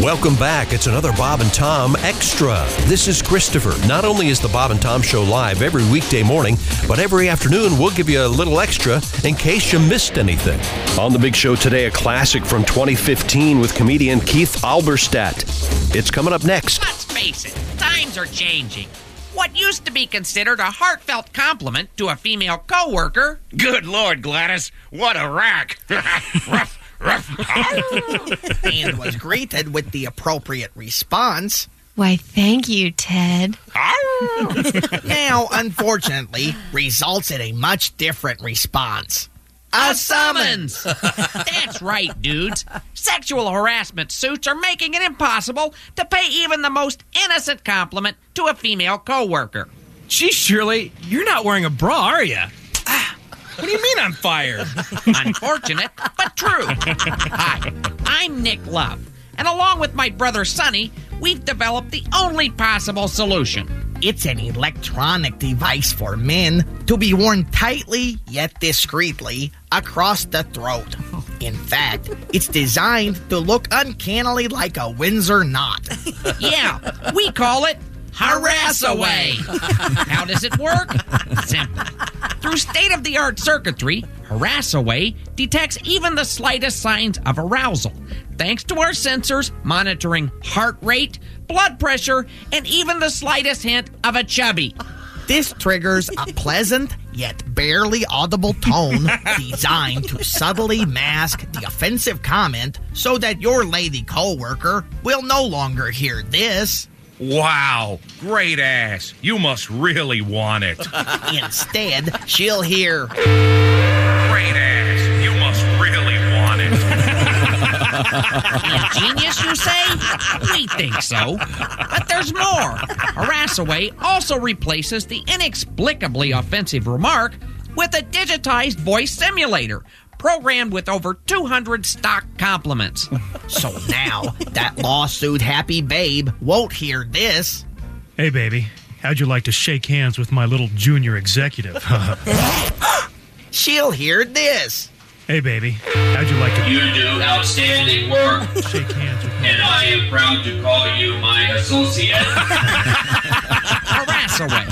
Welcome back. It's another Bob and Tom Extra. This is Christopher. Not only is the Bob and Tom Show live every weekday morning, but every afternoon we'll give you a little extra in case you missed anything. On the big show today, a classic from 2015 with comedian Keith Alberstadt. It's coming up next. Let's face it, times are changing. What used to be considered a heartfelt compliment to a female coworker. Good Lord, Gladys, what a rack! Rough, rough. and was greeted with the appropriate response. Why, thank you, Ted. now, unfortunately, results in a much different response. A summons! That's right, dudes. Sexual harassment suits are making it impossible to pay even the most innocent compliment to a female coworker. Gee, Shirley, you're not wearing a bra, are you? Ah, what do you mean I'm fired? Unfortunate, but true. Hi, I'm Nick Love, and along with my brother Sonny, we've developed the only possible solution. It's an electronic device for men to be worn tightly yet discreetly across the throat. In fact, it's designed to look uncannily like a Windsor knot. yeah, we call it Harass Away. How does it work? Simple. Through state of the art circuitry, Harass Away detects even the slightest signs of arousal. Thanks to our sensors monitoring heart rate, blood pressure, and even the slightest hint of a chubby. This triggers a pleasant yet barely audible tone designed to subtly mask the offensive comment so that your lady coworker will no longer hear this. Wow, great ass. You must really want it. Instead, she'll hear Great ass. You must really want it. Genius, you say? We think so. But there's more. Harassaway also replaces the inexplicably offensive remark with a digitized voice simulator programmed with over 200 stock compliments. so now that lawsuit happy babe won't hear this. Hey, baby, how'd you like to shake hands with my little junior executive? She'll hear this. Hey, baby, how'd you like to? You do outstanding work. shake hands with me. And I am proud to call you my associate. Harass away.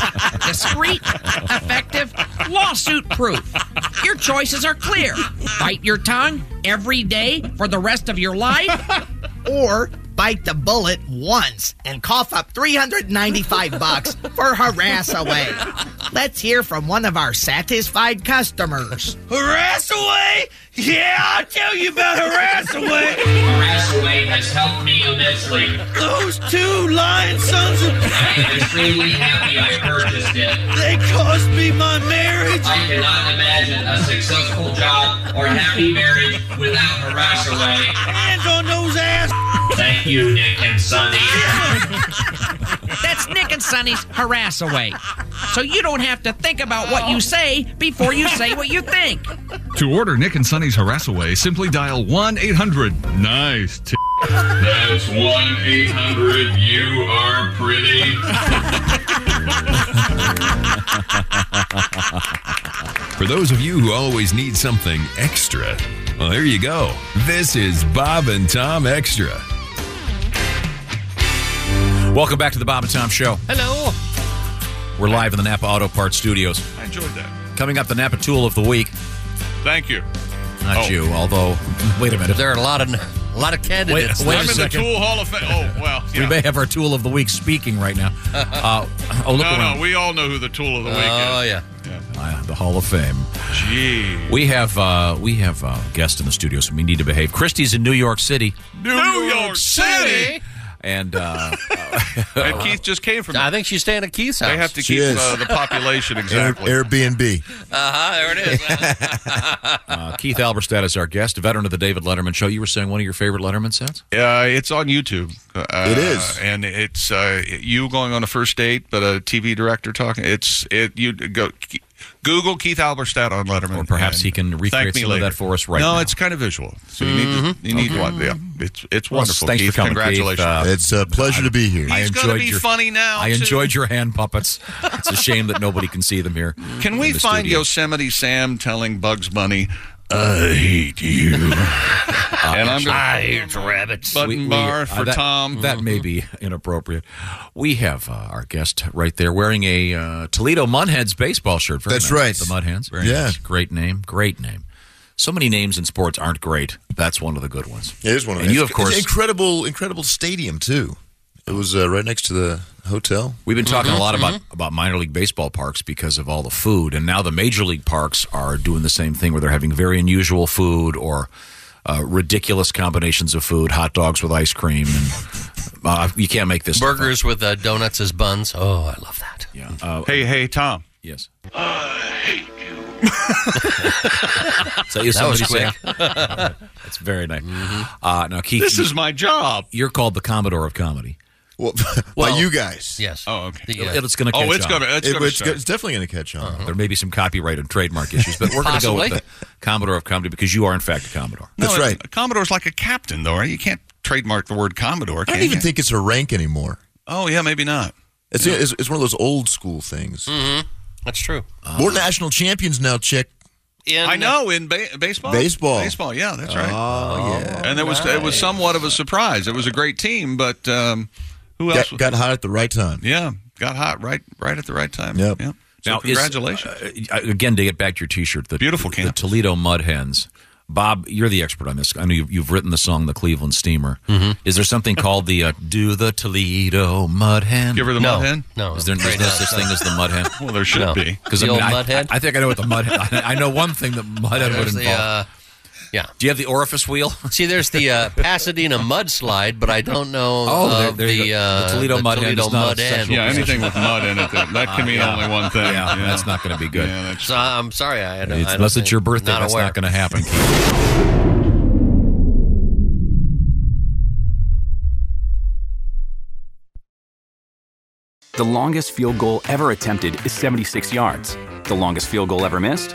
Discreet, effective, lawsuit proof. Your choices are clear. Bite your tongue every day for the rest of your life. or bite the bullet once and cough up 395 bucks for harass away. Let's hear from one of our satisfied customers. Harass away? Yeah, I'll tell you about harass away. Harass away has helped me immensely. Those two lying sons of I am extremely happy I purchased it. They cost me my marriage. I cannot imagine a successful job or happy marriage without harass away. Hands on those ass. Thank you, Nick and Sonny. That's Nick and Sonny's harass away. So you don't have to think about what you say before you say what you think. To order Nick and Sonny's harass away, simply dial 1 800 NICE. T- That's 1 800 You Are Pretty. For those of you who always need something extra, well, there you go. This is Bob and Tom Extra. Welcome back to the Bob and Tom Show. Oh, Hello. We're live in the Napa Auto Parts Studios. I enjoyed that. Coming up, the Napa Tool of the Week. Thank you. Not Oh. you, although. Wait a minute. There are a lot of a lot of candidates. Wait- wait I'm a in second. the Tool Hall of Fame. Oh, well. We yeah. may have our Tool of the Week speaking right now. Uh, oh, look no, around. no, we all know who the Tool of the Week Oh is. yeah. Uh, the Hall of Fame. Gee. We have uh, we have uh, guests in the studio, so we need to behave. Christie's in New York City. New, York City. And uh, And Keith just came from. I think she's staying at Keith's house. They have to She keep is. uh, the population exactly. Air- Airbnb. Uh-huh, there it is. uh, Keith Alberstadt is our guest, a veteran of the David Letterman Show. You were saying one of your favorite Letterman sets? Uh, it's on YouTube. Uh, It is. and it's uh, you going on a first date, but a TV director talking. It's it. You go Ke- Google Keith Alberstadt on Letterman, or perhaps he can recreate some of that for us right no, now. it's kind of visual, so you need Mm-hmm. to, you need to watch. Yeah, it's it's Well, wonderful. thanks Keith, for coming, Keith. Congratulations. Uh, It's a pleasure to be here. I He's gonna enjoyed be your, funny now, I too. enjoyed your hand puppets. Oh, It's a shame that nobody can see them here. Can we in the find studio. Yosemite Sam telling Bugs Bunny, "I hate you," and I'm going, I hate rabbits." Uh, We- Button we- bar uh, for that- Tom. That may be inappropriate. We have uh, our guest right there wearing a uh, Toledo Mudheads baseball shirt. Very That's nice. right. The Mudheads. Very Yeah. nice. Great name. Great name. So many names in sports aren't great. That's one of the good ones. It is one of And those. you, of It's course, an incredible, incredible stadium too. It was uh, right next to the hotel. We've been talking Mm-hmm. a lot about, about minor league baseball parks because of all the food, and now the major league parks are doing the same thing where they're having very unusual food or uh, ridiculous combinations of food, hot dogs with ice cream, and uh, you can't make this. stuff up. Burgers with uh, donuts as buns. Oh, I love that. Yeah. Uh, hey, hey, Tom. Yes. Is that you somebody saying? quick. Mm-hmm. That's very nice. Uh, now, Keith, This is my job. You're called the Commodore of comedy. Well, Well, you guys. Yes. Oh, okay. It- It's going to. Oh, it's going gonna- it's It- gonna it's start. go- it's definitely going to catch on. There may be some copyright and trademark issues, but we're going to go with the Possibly. Commodore of comedy because you are in fact a Commodore. No, it's- A Commodore's like a captain, though, right? You can't trademark the word Commodore. I can don't even you? think it's a rank anymore. Oh yeah, maybe not. It's, Yeah. it's, it's one of those old school things. Mm-hmm. That's true. We're national champions now, chick. I know in ba- baseball. Baseball. Baseball. Yeah, that's right. Oh yeah. And it was it was somewhat of a surprise. It was a great team, but um, who else? Got, got hot at the right time. yeah, got hot right right at the right time. Yep. Yeah. So Now, is- congratulations. uh, again, to get back to your T-shirt, the beautiful the, Toledo Mud Hens. Bob, you're the expert on this. I know you've, you've written the song "The Cleveland Steamer." Mhm. Is there something called the uh, "Do the Toledo Mud Hen"? Give her the No. Mud Hen? No, Is there I'm there's afraid no not. such thing as the Mud Hen? Well, there should No. be. Because I, The mean, old I- Mud Hen? I, I think I know what the Mud Hen. I, I know one thing that Mud Hen would There's involve. the, uh, yeah. Do you have the orifice wheel? See, there's the uh, Pasadena mudslide, but I don't know Oh, of there- there you the, go. uh, The Toledo mud hen Toledo is not a mud hen. sexual Yeah, position. anything with mud in it, that- that can Uh, mean yeah. only one thing. Yeah, that's not going to be good. So I'm sorry, I, I don't, It's- I don't unless it's think- your birthday, Not that's aware. not going to happen. The longest field goal ever attempted is 76 yards. The longest field goal ever missed?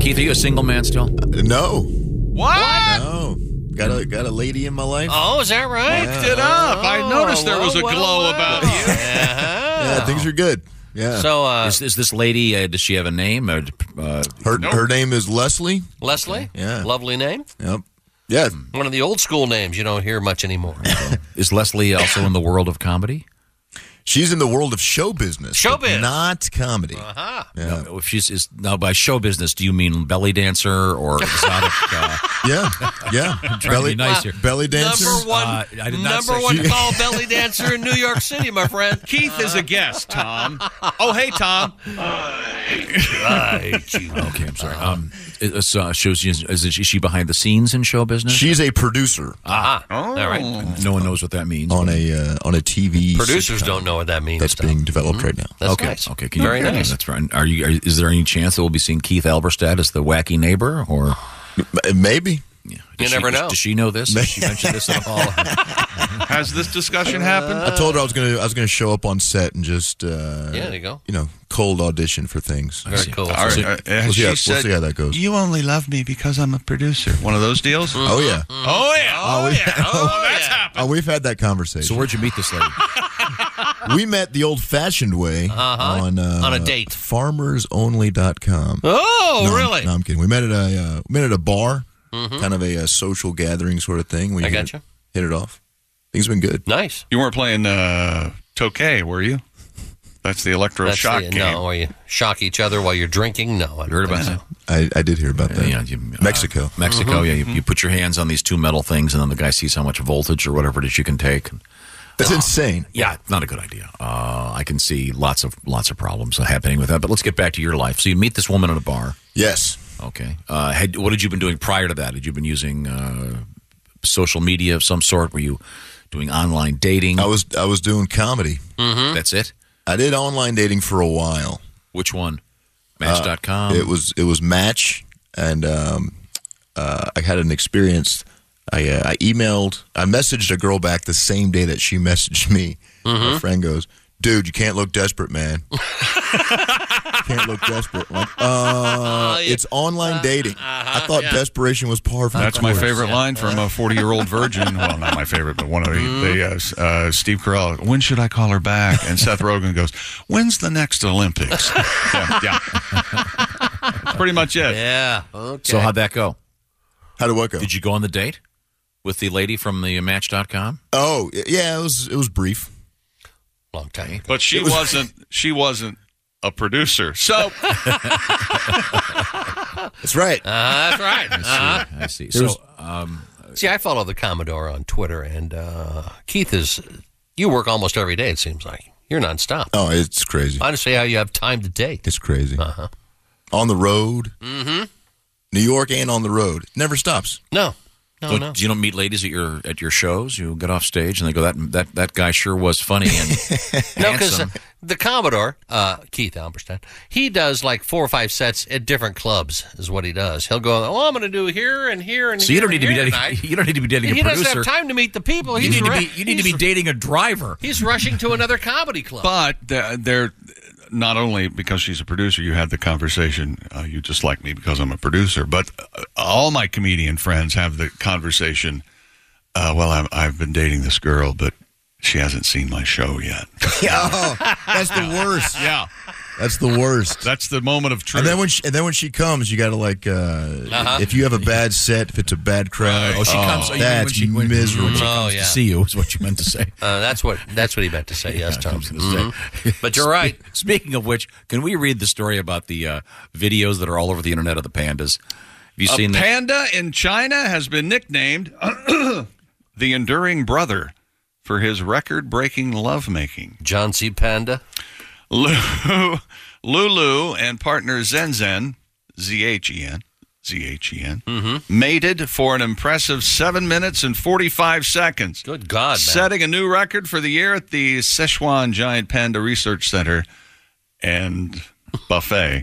Keith, are you a single man still? No. What? No. Got a got a lady in my life. Oh, is that right? Oh, Yeah. Picked it up. I Oh, noticed there was a well, glow about you. Uh-huh. Yeah, things are good. Yeah. So uh, is, is this lady? Uh, does she have a name? Or, uh, her her name is Leslie. Leslie, Yeah. lovely name. Yep. Yeah. One of the old school names you don't hear much anymore. Is Leslie also in the world of comedy? She's in the world of show business. Show but biz. Not comedy. Uh-huh. Yeah. Now, if she's is now by show business, do you mean belly dancer or exotic? Uh, yeah, yeah. trying to be nice here. belly dancer. Number one, Uh, I did not number say- one ball belly dancer in New York City, my friend. Keith is a guest, Tom. Oh, hey, Tom. okay, I'm sorry. Um, it- it's, uh, shows you- is, is she behind the scenes in show business? She's a producer. Ah, all right. No one knows what that means. on a uh, on a TV. Producers sitcom don't know what that means, Hmm? That's being developed right now. okay. Okay. Can Very you, nice. That's right. Are you? Are, is there any chance that we'll be seeing Keith Alberstadt as the wacky neighbor, or maybe? Does she- does- Does she know this? Does she mention this at all? Has this discussion happened? I told her I was gonna I was gonna show up on set and just uh, Yeah, there you go. You know, cold audition for things. Very So- cool. We'll, All right, see, all right. we'll Uh, Has see she how, we'll said- see how that goes. You only love me because I'm a producer. One of those deals? Mm. Oh yeah. Oh yeah. Oh, we- oh, oh, we've had that conversation. So where'd you meet this lady? we met the old-fashioned way Uh-huh. on uh, On a date. Farmersonly.com. Oh, No, I'm- really? no, I'm kidding. We met at a uh, we met at a bar, Mhm. kind of a, uh social gathering sort of thing. We I hit gotcha. it- Hit it off. Things been good. Nice. You weren't playing uh, Tokay, were you? That's the electro That's shock the- game. No, or you shock each other while you're drinking. No, I heard about that. I, I did hear about that. Yeah, you, uh, Mexico. Mexico, Mhm. yeah. You, you put your hands on these two metal things, and then the guy sees how much voltage or whatever it is you can take. Oh. That's insane. Yeah, not a good idea. Uh, I can see lots of lots of problems happening with that. But let's get back to your life. So you meet this woman at a bar. Yes. Okay. Uh, had, what had you been doing prior to that? Had you been using uh, social media of some sort? Were you doing online dating? I was I was doing comedy. Mm-hmm. That's it. I did online dating for a while. Which one? Match.com? Uh, it was it was Match, and um, uh, I had an experience. I uh, I emailed, I messaged a girl back the same day that she messaged me. My Mhm. friend goes, "Dude, you can't look desperate, man. can't look desperate." I'm like, uh, It's online dating. I thought desperation was par for the That's my course. favorite line from a 40 year old virgin. Well, not my favorite, but one of the. the, uh, s- uh, Steve Carell, when should I call her back? And Seth Rogen goes, when's the next Olympics? yeah, yeah. That's pretty much it. Yeah. Okay. So how'd that go? How did what go? Did you go on the date with the lady from the Match.com? Oh y- yeah, it was it was brief. Long time. But she It was- wasn't. She wasn't a producer. So That's right. Uh, that's right. Uh-huh. I see. So, So, um, see, I follow the Commodore on Twitter, and uh, Keith is. You work almost every day. It seems like you're nonstop. Oh, it's crazy. I don't see how you have time to date. It's crazy. Uh-huh. On the road, Mm-hmm. New York, and on the road, It never stops. No, so You don't meet ladies at your at your shows. You get off stage and they go that that that guy sure was funny and No, because handsome. the Commodore, uh, Keith Alberstein, he does like four or five sets at different clubs. Is what he does. He'll go. Oh, I'm going to do here and here and So here you don't need and to here be dating. tonight." You don't need to be dating he a producer. doesn't have time to meet the people. You He's need to ra- be. You need to be he's- dating a driver. He's rushing to another comedy club. But they're, they're not only because she's a producer. You had the conversation. Uh, you just like me because I'm a producer. But uh, all my comedian friends have the conversation. Uh, well, I'm, I've been dating this girl, but she hasn't seen my show yet. oh, that's the worst. Yeah, that's the worst. That's the moment of truth. And then when she, and then when she comes, you got to like uh, Uh-huh. if you have a bad set, if it's a bad crowd. Oh, she comes. oh, you mean That's when she, when, miserable. When she Oh, comes yeah. to see you is what you meant to say. Uh, that's what that's what he meant to say. Yes, Tom. gonna Mhm. But you're right. Spe- Speaking of which, can we read the story about the uh, videos that are all over the internet of the pandas? Have you a seen that? panda in China has been nicknamed the enduring brother for his record-breaking lovemaking. John C. Panda, Lulu, Lulu, and partner Zen Zen, Z H E N, Z H E N, Mm-hmm. mated for an impressive seven minutes and forty-five seconds. Good God, man. setting a new record for the year at the Sichuan Giant Panda Research Center and buffet.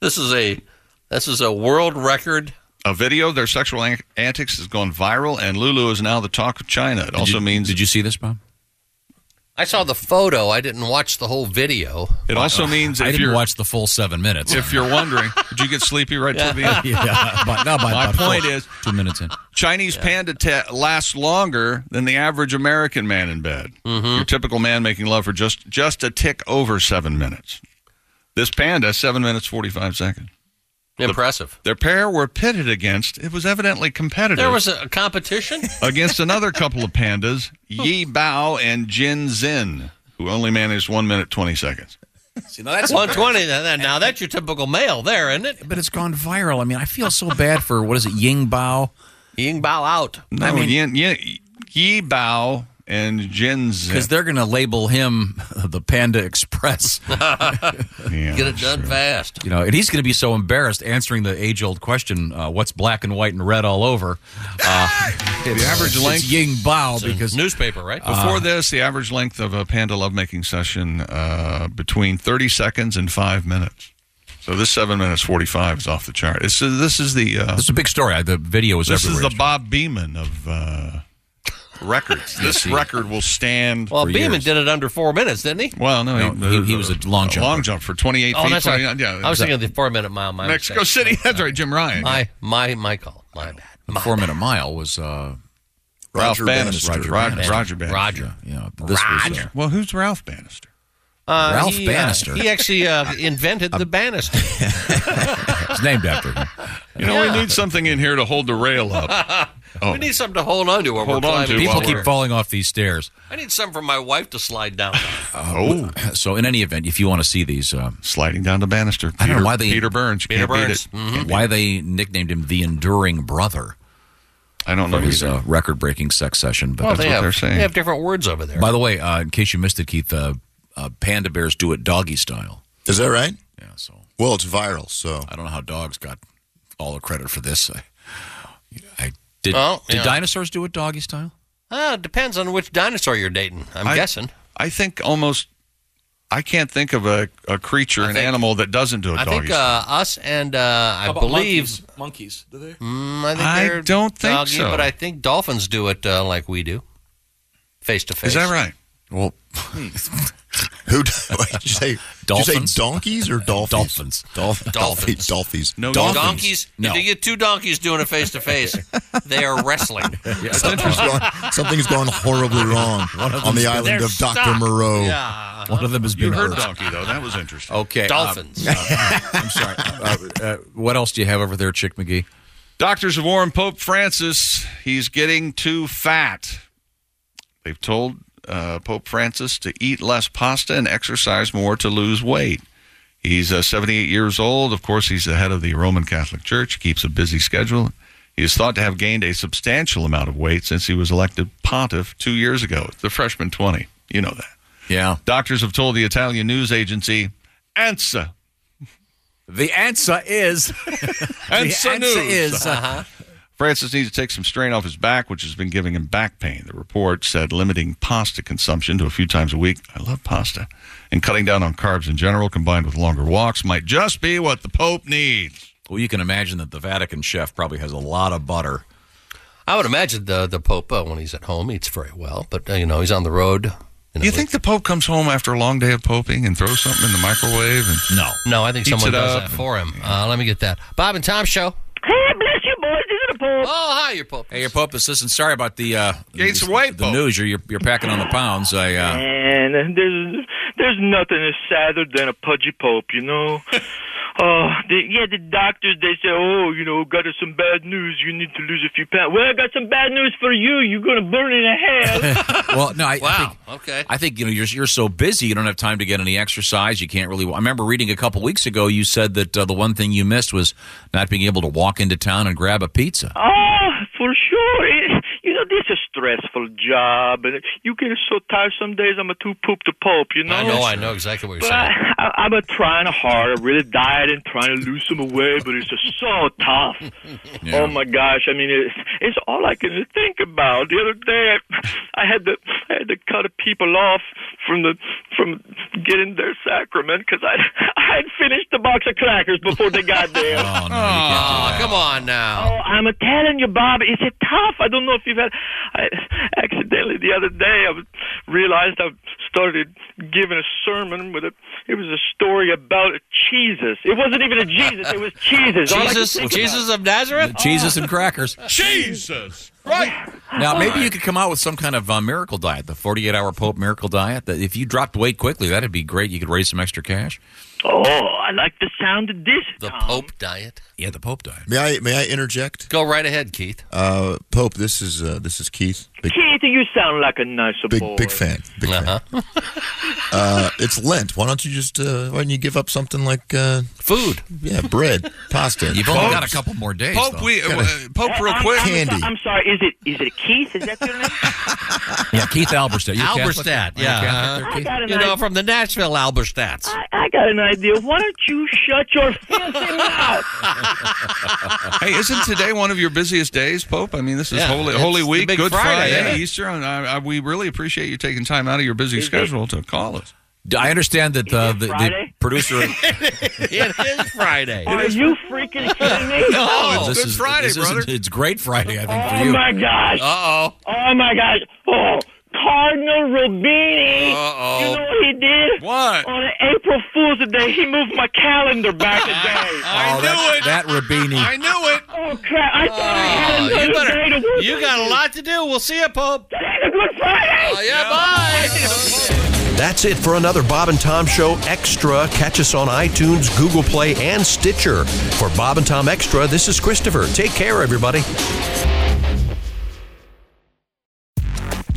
This is a this is a world record. A video of their sexual an- antics has gone viral, and Lulu is now the talk of China. It also means. Did you see this, Bob? I saw the photo. I didn't watch the whole video. It also means I if didn't you're watch the full seven minutes. if you're wondering, did you get sleepy right till the end? yeah, but, no, but, my but point full- is, two minutes in. Chinese panda te- lasts longer than the average American man in bed. Mm-hmm. Your typical man making love for just just a tick over seven minutes. This panda, seven minutes forty five seconds. Impressive. their pair were pitted against. It was evidently competitive. There was a, a competition. against another couple of pandas, Yi Bao and Jin Zin, who only managed one minute twenty seconds. See, now that's 120. Now, that- now that's your typical male there, isn't it? But it's gone viral. I mean, I feel so bad for what is it, Ying Bao? Ying Bao out. No, I mean, Yin, Yin, Yi Bao and Jin Zin. because they're going to label him the Panda Express. Get it done fast. You know, and he's going to be so embarrassed answering the age-old question, uh, "What's black and white and red all over?" Uh, The average it's length- Ying Bao It's a because uh, newspaper, right? Before this, the average uh, length of a panda lovemaking session uh, between 30 seconds and five minutes. So this seven minutes forty five is off the chart. This is this is the uh, This is a big story. I- The video was this everywhere. is the Bob Beeman of uh, records. this Yes, he- record will stand. Well, for Beeman years. did it under four minutes, didn't he? Well, no, No, he- he was a long jumper. Long jump for twenty eight Oh, feet. that's right. 29 yeah, I was exactly. thinking of the four-minute mile. My Mexico mistake. City. That's right, Jim Ryan. My my my call. My bad. The four minute mile was uh, Ralph Roger Bannister. Bannister. Roger- Bannister. Roger Bannister. Roger. Yeah, this was. Uh, Well, who's Ralph Bannister? Uh, Ralph he, uh, Bannister. he actually uh, invented the banister. it's named after him. You know, Yeah. we need something in here to hold the rail up. Oh. We need something to hold on to. While Hold we're climbing. on to while People Well, keep falling off these stairs. I need something for my wife to slide down. oh. So, in any event, if you want to see these, um, Sliding down the banister. I don't know why they Peter Burns. You Peter can't beat Burns. it. Mhm. Mm-hmm. Why they nicknamed him the Enduring Brother. I don't for know his either. uh, record-breaking sex session. But Oh, Well, they have, they have different words over there. By the way, uh, in case you missed it, Keith, uh, uh, panda bears do it doggy style. Is that right? Yeah. So Well, it's viral, so I don't know how dogs got all the credit for this. I, I did. Oh, did yeah. dinosaurs do it doggy style? Ah, it depends on which dinosaur you're dating. I'm I- guessing. I think almost. I can't think of a, a creature, an animal that doesn't do a I doggy. think uh, us and uh, I How about believe. monkeys. monkeys. Do they? Mm, I, think I they're don't think doggy, so. But I think dolphins do it uh, like we do, face to face. Is that right? Well, who d- wait, did you say? Hmm. Dolphins? Uh, Dolphins? Did you say donkeys or dolphins? Dolphins. Dolphins. Dolphins. Dolphins. No, Donkeys. Dolphins. If you get two donkeys doing a face to face, they are wrestling. Something's gone, something's gone horribly wrong on the them's- island They're of Doctor stuck. Moreau. Yeah. One of them has been You heard hurt. donkey though. That was interesting. Okay. uh, Dolphins. uh, I'm sorry. Uh, uh, what else do you have over there, Chick McGee? Doctors have warned Pope Francis he's getting too fat. They've told uh, Pope Francis to eat less pasta and exercise more to lose weight. He's uh, 78 years old. Of course, he's the head of the Roman Catholic Church, keeps a busy schedule. He is thought to have gained a substantial amount of weight since he was elected pontiff two years ago, the freshman 20. You know that. Yeah. Doctors have told the Italian news agency, ANSA. The answer is. ANSA News. Uh-huh. Francis needs to take some strain off his back, which has been giving him back pain. The report said limiting pasta consumption to a few times a week. I love pasta. And cutting down on carbs in general, combined with longer walks, might just be what the Pope needs. Well, you can imagine that the Vatican chef probably has a lot of butter. I would imagine the the Pope uh, when he's at home eats very well, but uh, you know he's on the road. You, know, You think the Pope comes home after a long day of poping and throws something in the microwave? And No. No, I think Heats someone it does up. that for him. Uh, let me get that. Bob and Tom show. Hey, bless you, boys. This is the Oh, Pope. hi, your Pope. Hey, your Pope assistant, sorry about the uh, Gain some weight, the Pope. news. You're, you're you're packing on the pounds. I uh, And there's there's nothing is sadder than a pudgy Pope, you know. Oh, the, yeah, the doctors, they say, oh, you know, got us some bad news. You need to lose a few pounds. Well, I got some bad news for you. You're going to burn in hell. well, no, I, I Wow. think Okay. I think you know you're you're so busy you don't have time to get any exercise. You can't really. I remember reading a couple weeks ago you said that uh, the one thing you missed was not being able to walk into town and grab a pizza. oh, for sure. It, you know, this is a stressful job. and You get so tired some days. I'm a too poop to Pope, you know? I know. I know exactly what you're But saying. I, I, I'm a trying hard. I really diet and trying to lose some weight, but it's just so tough. Oh my gosh! I mean, it's it's all I can think about. The other day, I, I had to I had to cut people off from the from getting their sacrament because I I had finished the box of crackers before they got there. Oh, no, you can't Oh, come on now. Oh, I'm a telling you, Bob, it's a tough. I don't know if you've had. I accidentally the other day I was- realized I started giving a sermon with a. It was a story about Jesus. It wasn't even a Jesus. It was Jesus. All I could Jesus, think Jesus about. of Nazareth. Jesus and crackers. Jesus! Right! Now maybe you could come out with some kind of uh, miracle diet, the 48 hour Pope miracle diet. That if you dropped weight quickly, that'd be great. You could raise some extra cash. Oh, I like the sound of this. The Tom. Pope diet. Yeah, the Pope diet. May I may I interject? Go right ahead, Keith. Uh, Pope, this is uh, this is Keith. Big, Keith, you sound like a nicer big boy. big fan. Big Uh-huh. fan. uh, it's Lent. Why don't you just uh, why don't you give up something like uh, Food. yeah bread, pasta? You've only got a Popes. couple more days. Pope, though. we, uh, Pope, real I'm, quick. I'm so- Candy. I'm sorry. Is it is it Keith? Is that your name? yeah, Keith Alberstadt. You a Catholic? Alberstadt. Are you a Yeah. Catholic there, uh-huh. Keith? got an You know, idea. from the Nashville Alberstats. I, I got an idea. Why don't you shut your filthy mouth? hey, isn't today one of your busiest days, Pope? I mean, this is Yeah, Holy, it's Holy the Week, Big Good Friday, Friday, yeah. Easter. And I, I, we really appreciate you taking time out of your busy schedule to call us. I understand that uh, the, the Friday? Producer, it is Friday. Are you freaking kidding me? Oh, Oh, this is, this isn't- it's Great Friday, I think, for Oh you. my gosh. Uh-oh. Oh my gosh. Oh, Cardinal Rubini. Uh-oh. You know what he did? What? On April Fool's Day, he moved my calendar back a day. I knew it. Oh, That Rabini. I knew it. Oh crap! I thought I Oh. had another Oh, you better- day to work. you got a lot to do. We'll see you, Pope. Today's a good Friday. Oh, yeah, bye. That's it for another Bob and Tom Show Extra. Catch us on iTunes, Google Play, and Stitcher. For Bob and Tom Extra, this is Christopher. Take care, everybody.